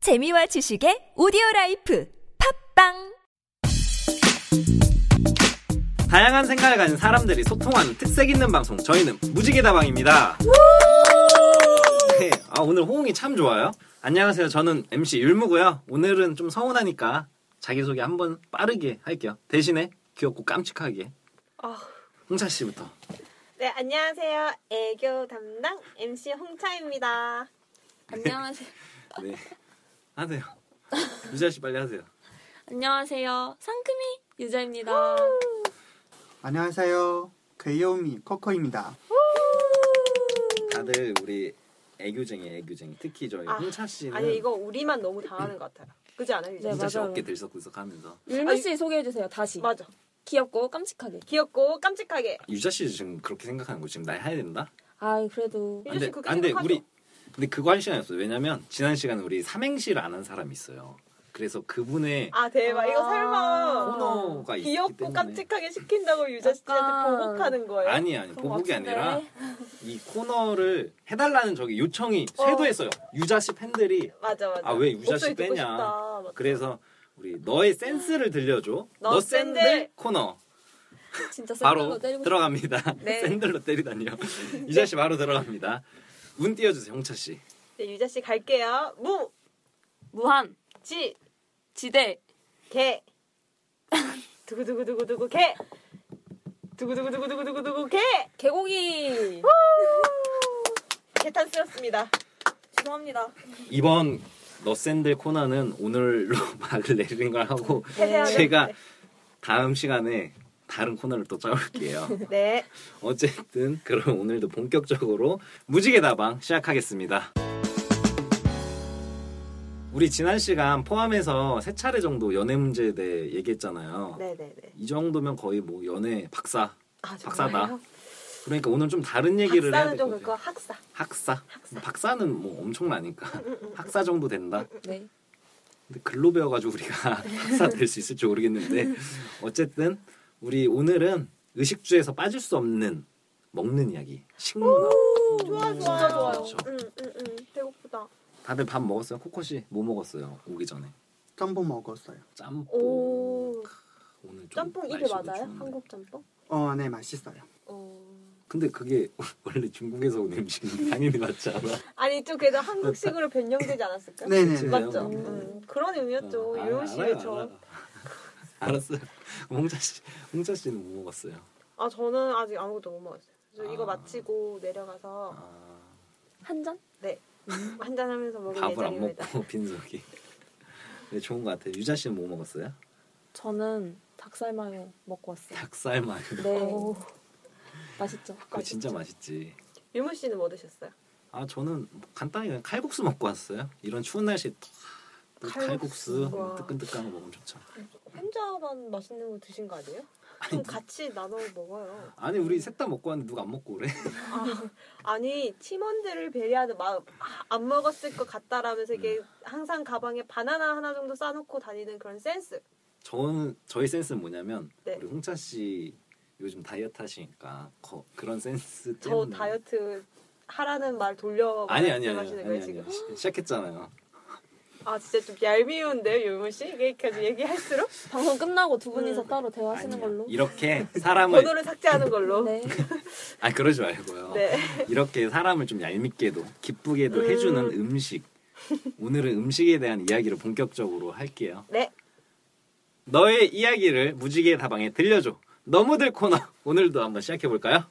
재미와 지식의 오디오 라이프 팝빵 다양한 생각을 가진 사람들이 소통하는 특색 있는 방송 저희는 무지개다방입니다. 네, 아, 오늘 호응이 참 좋아요. 안녕하세요. 저는 MC 율무고요. 오늘은 좀 서운하니까 자기소개 한번 빠르게 할게요. 대신에 귀엽고 깜찍하게. 어. 홍차 씨부터. 네, 안녕하세요. 애교 담당 MC 홍차입니다. 안녕하세요. 네. 하세요. 유자 씨 빨리 하세요. 안녕하세요. 상큼이 유자입니다. 안녕하세요. 귀여움이 커커입니다. 다들 우리 애교쟁이 애교쟁이. 특히 저희 아, 홍차 씨는 아니, 이거 우리만 너무 잘하는 것 같아요. 그지 않아요? 이제? 네, 홍차 씨 맞아요. 어깨 들썩들썩 하면서 율무 씨 소개해 주세요. 다시. 맞아. 귀엽고 깜찍하게. 귀엽고 깜찍하게. 유자 씨 지금 그렇게 생각하는 거 지금 나 해야 된다? 아 그래도 예. 근데 요즘 그렇게 근데 생각하죠. 우리 근데 그거 할 시간이 없어요. 왜냐면 지난 시간에 우리 삼행시를 안 한 사람이 있어요. 그래서 그분의 아, 대박. 이거 아. 설마. 코너가 있기 귀엽고 때문에 깜찍하게 시킨다고 유자 씨한테 약간- 보복하는 거예요? 아니 아니 그런 거 보복이 같은데. 아니라 이 코너를 해달라는 저기 요청이 쇄도했어요. 유자 씨 팬들이 맞아, 맞아. 아 왜 유자 씨 목소리 듣고 빼냐? 싶다. 맞- 그래서 우리 너의 센스를 들려줘. 너 너 샌들, 샌들! 코너 진짜 바로 샌들로 때리고 싶- 들어갑니다. 네. 샌들로 때리다니요. 유자 씨 바로 들어갑니다. 운 띄워주세요, 홍차 씨. 네, 유자 씨 갈게요. 무, 무한 지, 지대 개. 두구두구두구두구 개. 두구두구두구두구두구 개. 개고기. 개탄 쓰였습니다. 죄송합니다. 이번 너샌들 코너는 오늘로 말을 내리는 걸 하고 최대한 제가 다음 시간에 다른 코너를 또 짜올게요. 네. 어쨌든 그럼 오늘도 본격적으로 무지개다방 시작하겠습니다. 우리 지난 시간 포함해서 세 차례 정도 연애 문제에 대해 얘기했잖아요. 네, 네, 네. 이 정도면 거의 뭐 연애 박사. 아, 박사다. 그러니까 오늘 좀 다른 얘기를 해야 박사는 될것 같아요. 좀 그거 학사. 음, 학사. 박사는 뭐 엄청 많으니까 학사 정도 된다. 네. 근데 글로 배워가지고 우리가 학사 될 수 있을지 모르겠는데 어쨌든 우리 오늘은 의식주에서 빠질 수 없는 먹는 이야기 식문화 좋아 진짜 좋아 좋아요. 좋죠. 응응응 음, 배고프다. 다들 밥 먹었어요? 코코씨 뭐 먹었어요? 오기 전에 짬뽕 먹었어요. 짬뽕 오 오늘 좀 짬뽕 이게 날씨도 맞아요? 좋은데. 한국 짬뽕? 어, 네, 맛있어요. 어. 근데 그게 원래 중국에서 온 음식은 당연히 맞지 않아 아니 좀 그래도 한국식으로 변형되지 않았을까? 네, 네, 그치? 네. 맞죠. 음. 음, 그런 의미였죠. 아, 유용 씨의 알아요, 저. 알아요. 알았어요 홍자씨 홍자씨는 뭐 먹었어요? 아 저는 아직 아무것도 못 먹었어요. 그래서 아. 이거 마치고 내려가서 네. 아... 한 잔? 한잔 하면서 먹을 밥을 안 예정입니다. 먹고 빈속이. 근데 좋은 것 같아요. 유자 씨는 뭐 먹었어요? 저는 닭살마요 먹고 왔어요. 닭살 마요. 네. 오. 맛있죠. 아, 그거 아, 진짜 맛있지. 유무 씨는 뭐 드셨어요? 아 저는 뭐 간단히 그냥 칼국수 먹고 왔어요. 이런 추운 날씨에 탁 칼국수, 칼국수. 와. 뜨끈뜨끈한 거 먹으면 좋죠. 혼자만 맛있는 거 드신 거 아니에요? 좀뭐 같이 나눠 먹어요. 아니 우리 셋 다 먹고 왔는데 누가 안 먹고 그래? 아, 아니 팀원들을 배려하는 마음 아, 안 먹었을 것 같다라면서 이게 네. 항상 가방에 바나나 하나 정도 싸놓고 다니는 그런 센스 저는 저희 센스는 뭐냐면 네. 우리 홍차 씨 요즘 다이어트 하시니까 거, 그런 센스 저 때문에 다이어트 하라는 말 돌려 아니 아니 아니 말씀하시는 아니 거예요 아니, 지금 아니 시- 시작했잖아요. 아 진짜 좀 얄미운데요 유문 씨 이게 계속 얘기할수록 방송 끝나고 두 분이서 음. 따로 대화하시는 아니요. 걸로. 이렇게 사람을 번호를 삭제하는 걸로 네. 아 그러지 말고요. 네. 이렇게 사람을 좀 얄밉게도 기쁘게도 음. 해주는 음식. 오늘은 음식에 대한 이야기를 본격적으로 할게요. 네. 너의 이야기를 무지개 다방에 들려줘. 너무들 코너 오늘도 한번 시작해 볼까요?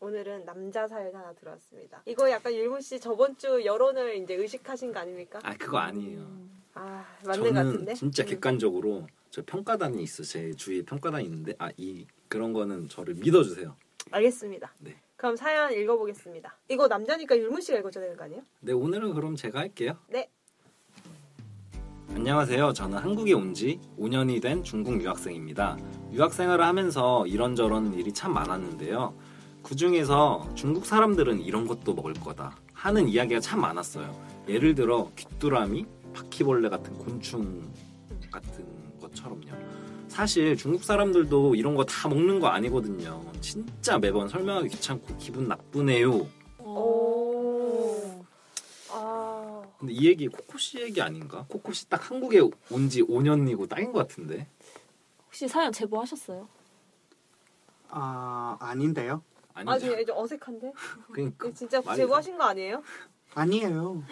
오늘은 남자 사연 하나 들어왔습니다 이거 약간 유문 씨 저번 주 여론을 이제 의식하신 거 아닙니까 아 그거 아니에요. 아 맞는 저는 것 같은데 진짜 음. 객관적으로 저 평가단이 있어 제 주위에 평가단이 있는데 아 이 그런 거는 저를 믿어주세요. 알겠습니다 네. 그럼 사연 읽어보겠습니다 이거 남자니까 유문 씨가 읽어줘야 되는 거 아니에요? 네 오늘은 그럼 제가 할게요. 네. 안녕하세요. 저는 한국에 온 지 5년이 된 중국 유학생입니다. 유학 생활을 하면서 이런저런 일이 참 많았는데요. 그 중에서 중국 사람들은 이런 것도 먹을 거다 하는 이야기가 참 많았어요. 예를 들어 귀뚜라미, 바퀴벌레 같은 곤충 같은 것처럼요. 사실 중국 사람들도 이런 거 다 먹는 거 아니거든요. 진짜 매번 설명하기 귀찮고 기분 나쁘네요. 오. 아 근데 이 얘기 코코 씨 얘기 아닌가? 코코 씨 딱 한국에 온 지 5년이고 딱인 것 같은데. 혹시 사연 제보하셨어요? 아 아닌데요? 아 아니죠. 지금 이제 어색한데? 그러니까 이거 진짜 말이 제보하신 거 아니에요? 아니에요.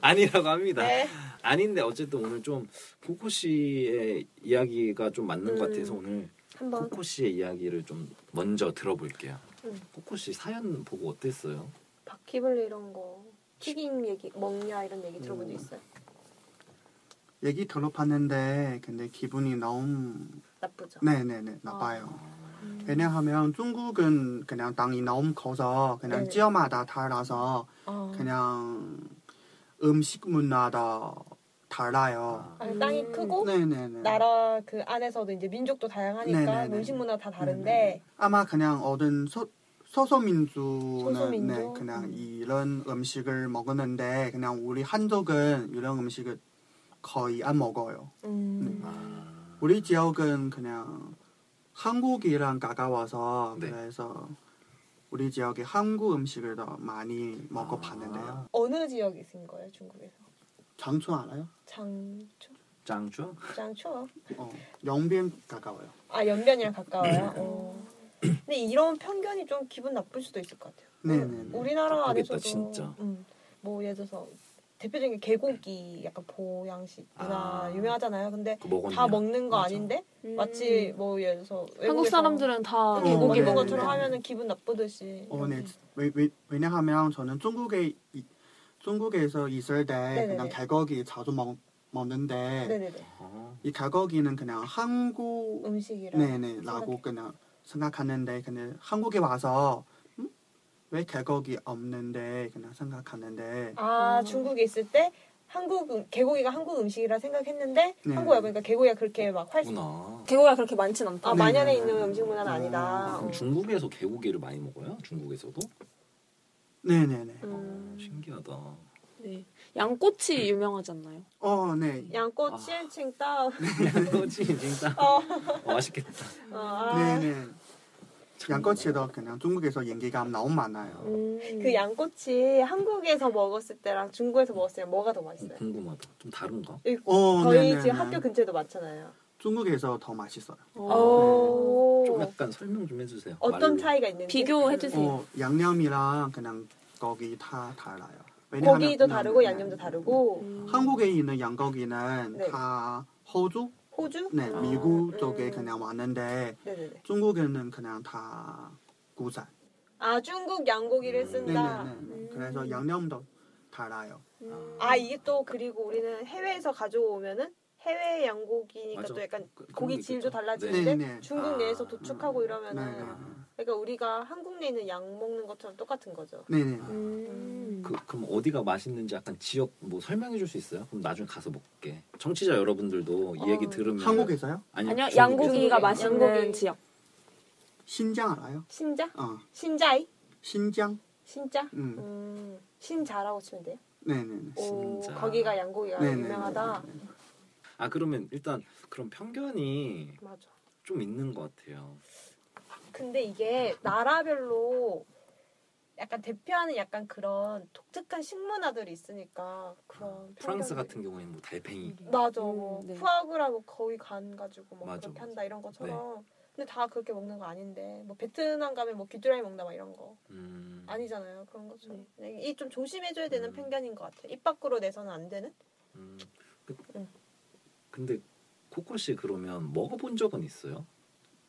아니라고 합니다. 네. 아닌데 어쨌든 오늘 좀 코코 씨의 이야기가 좀 맞는 것 음. 같아서 오늘 한번 코코 씨의 이야기를 좀 먼저 들어볼게요. 음. 코코 씨 사연 보고 어땠어요? 바퀴벌레 이런 거 튀긴 얘기 먹냐 이런 얘기 들어본 적 있어요? 얘기 들어봤는데 근데 기분이 너무 나쁘죠. 네네네 나빠요. 음. 왜냐하면 중국은 그냥 땅이 너무 커서 그냥 네. 지역마다 달라서 아. 그냥 음식 문화도 달라요. 아니, 땅이 음. 크고 네네네. 어? 나라 그 안에서도 이제 민족도 다양하니까 네네네. 음식 문화 다 네네. 다른데 아마 그냥 어떤 소, 소소민주는 소소민족? 네, 그냥 음. 이런 음식을 먹었는데 그냥 우리 한족은 이런 음식을 거의 안 먹어요. 음. 아, 우리 지역은 그냥 한국이랑 가까워서 네. 그래서 우리 지역에 한국 음식을 더 많이 아. 먹어봤는데요. 어느 지역이신 거예요 중국에서? 장초 알아요? 장초? 짱쭈? 장초? 어, 영변 가까워요. 아 연변이랑 가까워요. 어. 근데 이런 편견이 좀 기분 나쁠 수도 있을 것 같아요. 네네네. 우리나라 나쁘겠다, 안에서도 진짜. 음, 뭐 예를 들어서 대표적인 게 개고기 약간 보양식 문화 아. 유명하잖아요. 근데 그 먹었냐? 다 먹는 거 맞아. 아닌데 음. 마치 뭐 예를 들어서 한국 외국에서 사람들은 다 어, 개고기 맞아요. 음. 먹은 네, 것처럼 네. 맞아요. 하면은 기분 나쁘듯이. 어, 네. 왜, 왜, 왜냐하면 저는 중국에 이- 중국에서 있을 때 네네네. 그냥 개고기 자주 먹, 먹는데 네네네. 아, 이 개고기는 그냥 한국 음식이랑. 네네라고 그냥 생각하는데 근데 한국에 와서 음? 왜 개고기 없는데 그냥 생각하는데 아 음. 중국에 있을 때 한국 음- 개고기가 한국 음식이라 생각했는데 네. 한국 와보니까 개고기가 그렇게 막 네, 활. 구나. 개고기가 그렇게 많진 않다. 아 네. 만연해 있는 음식 문화는 음. 아니다. 어. 그럼 중국에서 개고기를 많이 먹어요? 중국에서도? 네네네 음. 어, 신기하다. 네. 양꼬치 유명하지 않나요? 어네 양꼬 아. 치엔칭 따. 네. 양꼬치 진짜 어. 어, 맛있겠다. 어, 아. 네네 양꼬치도 그냥 중국에서 인기가 너무 많아요 그 양꼬치 한국에서 먹었을 때랑 중국에서 먹었을 때 뭐가 더 어, 맛있어요? 궁금하다. 좀 다른가? 어, 저희 네네네. 지금 학교 그 근처에도 많잖아요. 중국에서 더 맛있어요 네. 오. 좀 약간 설명 좀 해주세요. 어떤 말로. 차이가 있는지 비교해주세요. 어, 예. 양념이랑 그냥 거기 다 달라요 왜냐하면- 고기도 네, 다르고 네. 양념도 다르고 음. 한국에 있는 양고기는 네. 다 호주 호주? 네 아, 미국 음. 쪽에 그냥 왔는데 네네네. 중국에는 그냥 다 구산 아 중국 양고기를 쓴다. 음. 음. 네네네. 그래서 양념도 달아요. 음. 아 이게 또 그리고 우리는 해외에서 가져오면은 해외 양고기니까 맞아. 또 약간 그- 그런 고기 게 있겠죠. 질도 네. 달라지는데 네네. 중국 아. 내에서 도축하고 이러면은 네네. 그러니까 우리가 한국 내 있는 양 먹는 것처럼 똑같은 거죠. 네네. 음. 그, 그럼 어디가 맛있는지 약간 지역 뭐 설명해 줄 수 있어요? 그럼 나중에 가서 먹게. 청취자 여러분들도 이 얘기 어. 들으면 한국에서요? 아니요, 아니요 중국에서. 양고기가 중국에서. 맛있는 양고기. 지역. 신장 알아요? 신자? 어. 신자이? 신장? 신자? 음. 음, 어. 신자라고 치면 돼요. 네네네. 오, 신자. 거기가 양고기가 네네네. 유명하다. 아 그러면 일단 그런 편견이 맞아. 좀 있는 것 같아요. 근데 이게 나라별로 약간 대표하는 약간 그런 독특한 식문화들이 있으니까 그런 아, 프랑스 편견들이- 같은 경우에는 뭐 달팽이. 맞아 음, 뭐 네. 푸아그라고 거의 간 가지고 막 맞아, 그렇게 맞아. 네. 한다 이런 것처럼 근데 다 그렇게 먹는 거 아닌데 뭐 베트남 가면 뭐 귀뚜라미 먹나 막 이런 거 음. 아니잖아요 그런 네. 것처럼 이 좀 조심해줘야 되는 음. 편견인 것 같아 입 밖으로 내서는 안 되는 음. 그, 응. 근데 코코 씨 그러면 먹어본 적은 있어요?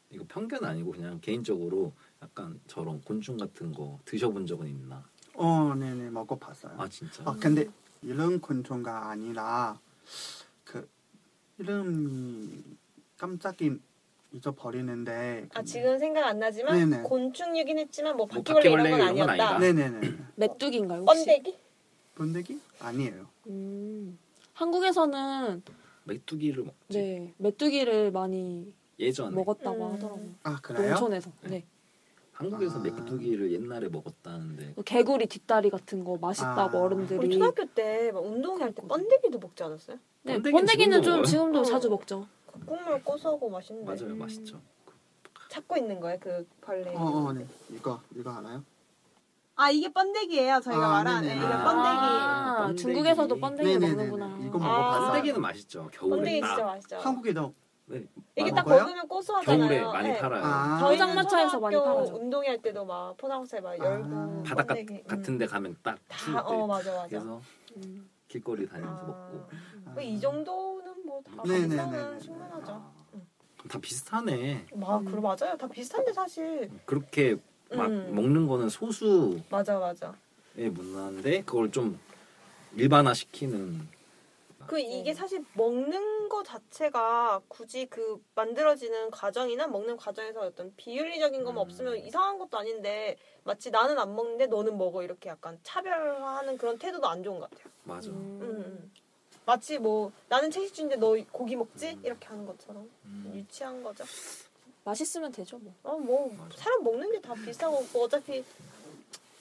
이거 편견 아니고 그냥 개인적으로 약간 저런 곤충 같은 거 드셔본 적은 있나? 어, 네네. 먹어봤어요. 아 진짜? 아, 근데 이런 곤충가 아니라 그 이름이 깜짝이 잊어버리는데 그 아 지금 생각 안 나지만 네네. 곤충이긴 했지만 뭐 뭐 바퀴벌레 바퀴벌레 이런 이런 건건 아니었다 아니다. 네네네. 메뚜기인가요? 혹시? 번데기 본데기? 아니에요. 음. 한국에서는 메뚜기를 먹지? 네 메뚜기를 많이 예전에 먹었다고 음. 하더라고요. 아, 그래요? 농촌에서. 네. 한국에서 아. 메뚜기를 옛날에 먹었다는데 개구리 뒷다리 같은 거 맛있다고 아. 우리 어른들이. 뭐 초등학교 때 막 운동할 때 번데기도 먹지 않았어요? 네, 번데기는 번데기는 지금도 좀 먹어요? 지금도 어. 자주 먹죠. 그 국물 고소하고 맛있는데 맞아요 음. 맛있죠. 찾고 있는 거예요 그 벌레 네. 어, 어, 네. 이거 이거 알아요? 아 이게 번데기예요 저희가 아, 말한 네네. 네, 이게 아. 번데기 아, 번데기. 중국에서도 번데기 네네네. 먹는구나. 이거 아, 먹어봤어요. 번데기는 맛있죠. 겨울에 번데기 딱. 진짜 맛있죠 한국에도 네. 이게 아, 딱 먹어요? 먹으면 고소하잖아요 겨울에 많이 네. 팔아요. 아. 저희는 포장마차에서 많이 초등학교 팔아요. 운동회 할 때도 막 포장마차에 막 아. 열고 바닷가 번데기. 음. 같은 데 가면 딱 추울 때. 다, 어 맞아 맞아 그래서 음. 길거리 다니면서 아. 먹고. 아, 뭐이 정도는 뭐다 네네네네. 감상은 충분하죠 다 비슷하네. 막 음. 그럼 맞아요 다 비슷한데 사실 그렇게 막 음. 먹는 거는 소수의 맞아 맞아 문화인데 예, 그걸 좀 일반화시키는 아, 그 네. 이게 사실 먹는 거 자체가 굳이 그 만들어지는 과정이나 먹는 과정에서 어떤 비윤리적인 음. 것만 없으면 이상한 것도 아닌데 마치 나는 안 먹는데 너는 먹어 이렇게 약간 차별화하는 그런 태도도 안 좋은 것 같아요. 맞아. 음. 음, 음. 마치 뭐 나는 채식주의인데 너 고기 먹지 이렇게 하는 것처럼 음. 유치한 거죠. 맛있으면 되죠 뭐. 어 뭐 맞아. 사람 먹는 게 다 비슷한 거고 뭐 어차피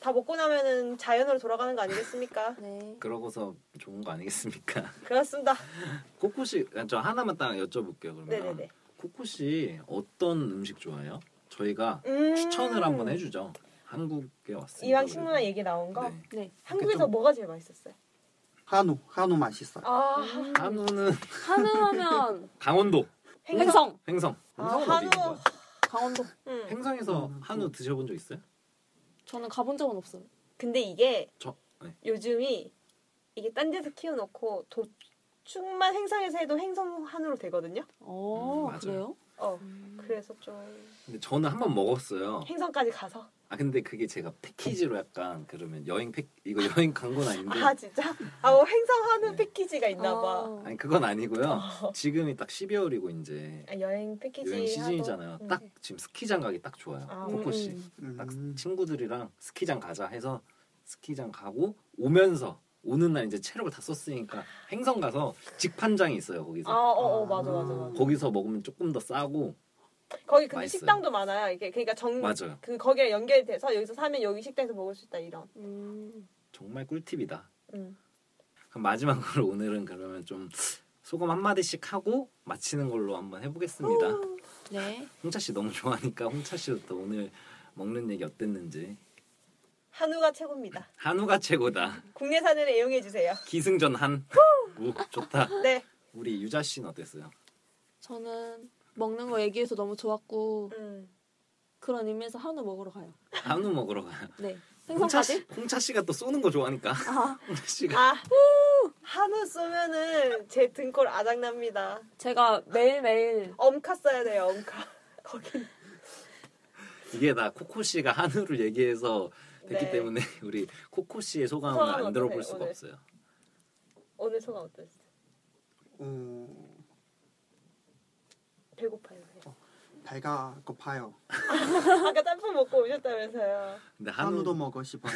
다 먹고 나면은 자연으로 돌아가는 거 아니겠습니까? 음. 네. 그러고서 좋은 거 아니겠습니까? 그렇습니다. 음. 코코씨 아, 저 하나만 딱 여쭤볼게요 그러면 네네네. 코코씨 어떤 음식 좋아해요? 저희가 음. 추천을 한번 해주죠 한국에 왔으니까 이왕 그래도. 식문화 얘기 나온 거 네. 네. 한국에서 뭐가 제일 맛있었어요? 한우 한우 맛있어. 요 아 음. 한우는 한우하면 강원도 행성. 행성, 횡성 아, 횡성은 어디 있는 한우. 거야? 강원도. 응. 횡성에서 음. 한우 드셔본 적 있어요? 저는 가본 적은 없어요. 근데 이게 저 네. 요즘이 이게 딴 데서 키워놓고 도축만 행상에서 해도 행성 한우로 되거든요. 음, 어 맞아요. 그래요? 어 음. 그래서 좀 근데 저는 한 번 먹었어요 행성까지 가서 아 근데 그게 제가 패키지로 약간 그러면 여행 패 이거 여행 광고는 아닌데 아 진짜 아뭐 행성 한우 네. 패키지가 있나봐. 아, 아니 그건 아니고요 지금이 딱 12월이고 이제 아, 여행 패키지 여행 시즌이잖아요 하도. 음. 딱 응. 지금 스키장 가기 딱 음. 좋아요 아, 음, 코코씨 음. 딱 친구들이랑 스키장 가자 해서 스키장 가고 오면서 오는 날 이제 체력을 다 썼으니까 행성 가서 직판장이 있어요 거기서 아, 어, 어, 맞아, 맞아, 맞아. 거기서 먹으면 조금 더 싸고 거기 근데 음. 맛있어요. 식당도 많아요. 이게 그러니까 정, 맞아요 그 거기랑 연결돼서 여기서 사면 여기 식당에서 먹을 수 있다 이런. 음. 정말 꿀팁이다 음. 그럼 마지막으로 오늘은 그러면 좀 소감 한 마디씩 하고 마치는 걸로 한번 해보겠습니다 네. 홍차 씨 너무 좋아하니까 홍차 씨부터 오늘 먹는 얘기 어땠는지 한우가 최고입니다. 한우가 최고다 국내산을 애용해 주세요. 기승전 한 우, 좋다 네. 우리 유자 씨는 어땠어요? 저는 먹는 거 얘기해서 너무 좋았고 음. 그런 의미에서 한우 먹으러 가요. 한우 먹으러 가요 네. 홍차 씨, 생선까지? 홍차 씨가 또 쏘는 거 좋아하니까. 아, 홍차 씨가 아, 한우 쏘면은 제 등골 아작납니다. 제가 매일매일 엄카 써야 돼요, 엄카. 거기. 이게 나 코코 씨가 한우를 얘기해서 됐기 네. 때문에 우리 코코 씨의 소감을 소감 안 들어볼 어떠세요, 수가 오늘? 없어요. 오늘 소감 어땠어요? 음, 배고파요. 그냥. 배가 고파요. 아까 짬뽕 먹고 오셨다면서요. 근데 한우도 한우 먹고 싶어요.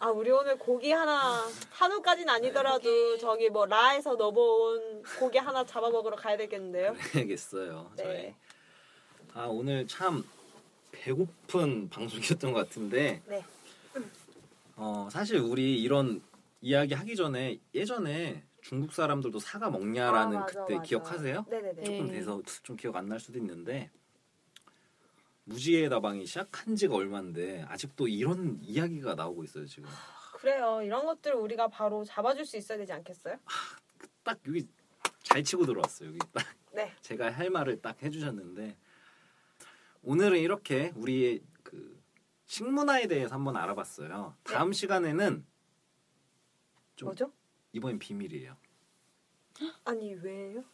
아, 우리 오늘 고기 하나, 한우까진 아니더라도 고기. 저기 뭐 라에서 넣어온 고기 하나 잡아먹으러 가야 되겠는데요? 해야겠어요. 저희 네. 아 오늘 참 배고픈 방송이었던 것 같은데. 네. 어 사실 우리 이런 이야기 하기 전에 예전에 중국 사람들도 사과 먹냐라는 아, 맞아, 그때 맞아. 기억하세요? 네네네. 네. 조금 돼서 좀 기억 안 날 수도 있는데 무지의 다방이 시작한 지가 얼마인데 아직도 이런 이야기가 나오고 있어요 지금 그래요. 이런 것들 우리가 바로 잡아줄 수 있어야 되지 않겠어요? 딱 여기 잘 치고 들어왔어요 여기 딱 네. 제가 할 말을 딱 해주셨는데 오늘은 이렇게 우리의 그 식문화에 대해서 한번 알아봤어요 네. 다음 시간에는 좀 뭐죠? 이번엔 비밀이에요 아니, 왜요?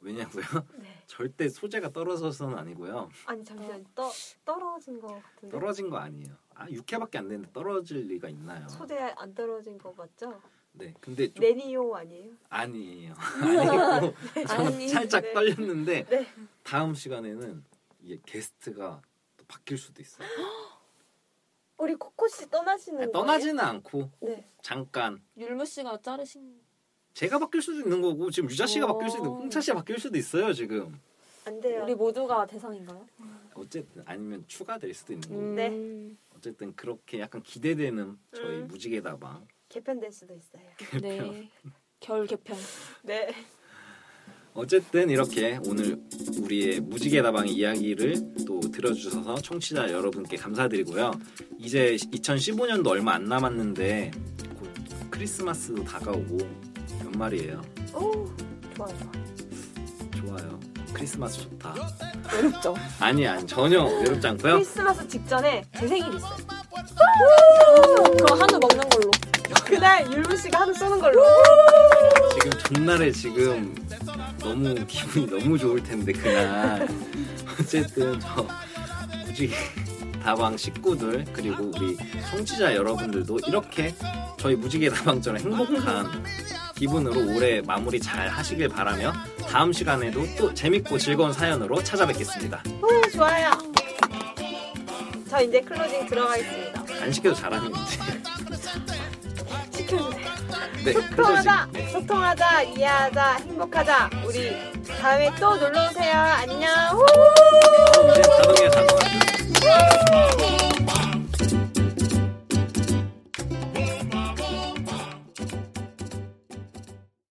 왜냐고요 네. 절대 소재가 떨어져서는 아니고요 아니, 잠시만. 떠, 떨어진 것 같은데. 떨어진 거 아니에요 아 6회밖에 안 됐는데 떨어질 리가 있나요 소재 안 떨어진 거 맞죠? 네 근데 좀 레니오 아니에요? 아니에요. 아니고 저는 아니, 살짝 네. 떨렸는데 네. 다음 시간에는 이게 게스트가 또 바뀔 수도 있어요. 우리 코코 씨 떠나시는 아니, 거예요? 떠나지는 않고 네. 잠깐 율무 씨가 자르신 제가 바뀔 수도 있는 거고 지금 유자 씨가 어. 바뀔 수도 있고 홍차 씨가 바뀔 수도 있어요 지금. 안 돼요. 우리 모두가 대상인가요? 어쨌든 아니면 추가될 수도 있는 거고 음. 어쨌든 그렇게 약간 기대되는 저희 음. 무지개다방 개편될 수도 있어요. 네. 겨울 개편. 네. 어쨌든 이렇게 오늘 우리의 무지개 다방의 이야기를 또 들어주셔서 청취자 여러분께 감사드리고요. 이제 2015년도 얼마 안 남았는데 곧 크리스마스도 다가오고 연말이에요. 오 좋아 좋아. 좋아요. 크리스마스 좋다. 외롭죠. 아니 아니 전혀 외롭지 않고요. 크리스마스 직전에 제 생일이 있어요. 그럼 한우 먹는 걸로. 그날 율무 씨가 한우 쏘는 걸로. 지금 전날에 지금 너무 기분이 너무 좋을 텐데 그날 어쨌든 저 무지개 다방 식구들 그리고 우리 청취자 여러분들도 이렇게 저희 무지개 다방처럼 행복한 기분으로 올해 마무리 잘 하시길 바라며 다음 시간에도 또 재밌고 즐거운 사연으로 찾아뵙겠습니다. 오 좋아요. 저 이제 클로징 들어가겠습니다. 안 시켜도 잘하는데. 시켜주세요. 네, 클로징. 소통하자, 네, 소통하자, 이해하자, 행복하자. 우리 다음에 또 놀러 오세요. 안녕. 후! 이제 자동이야 자동. Thank you.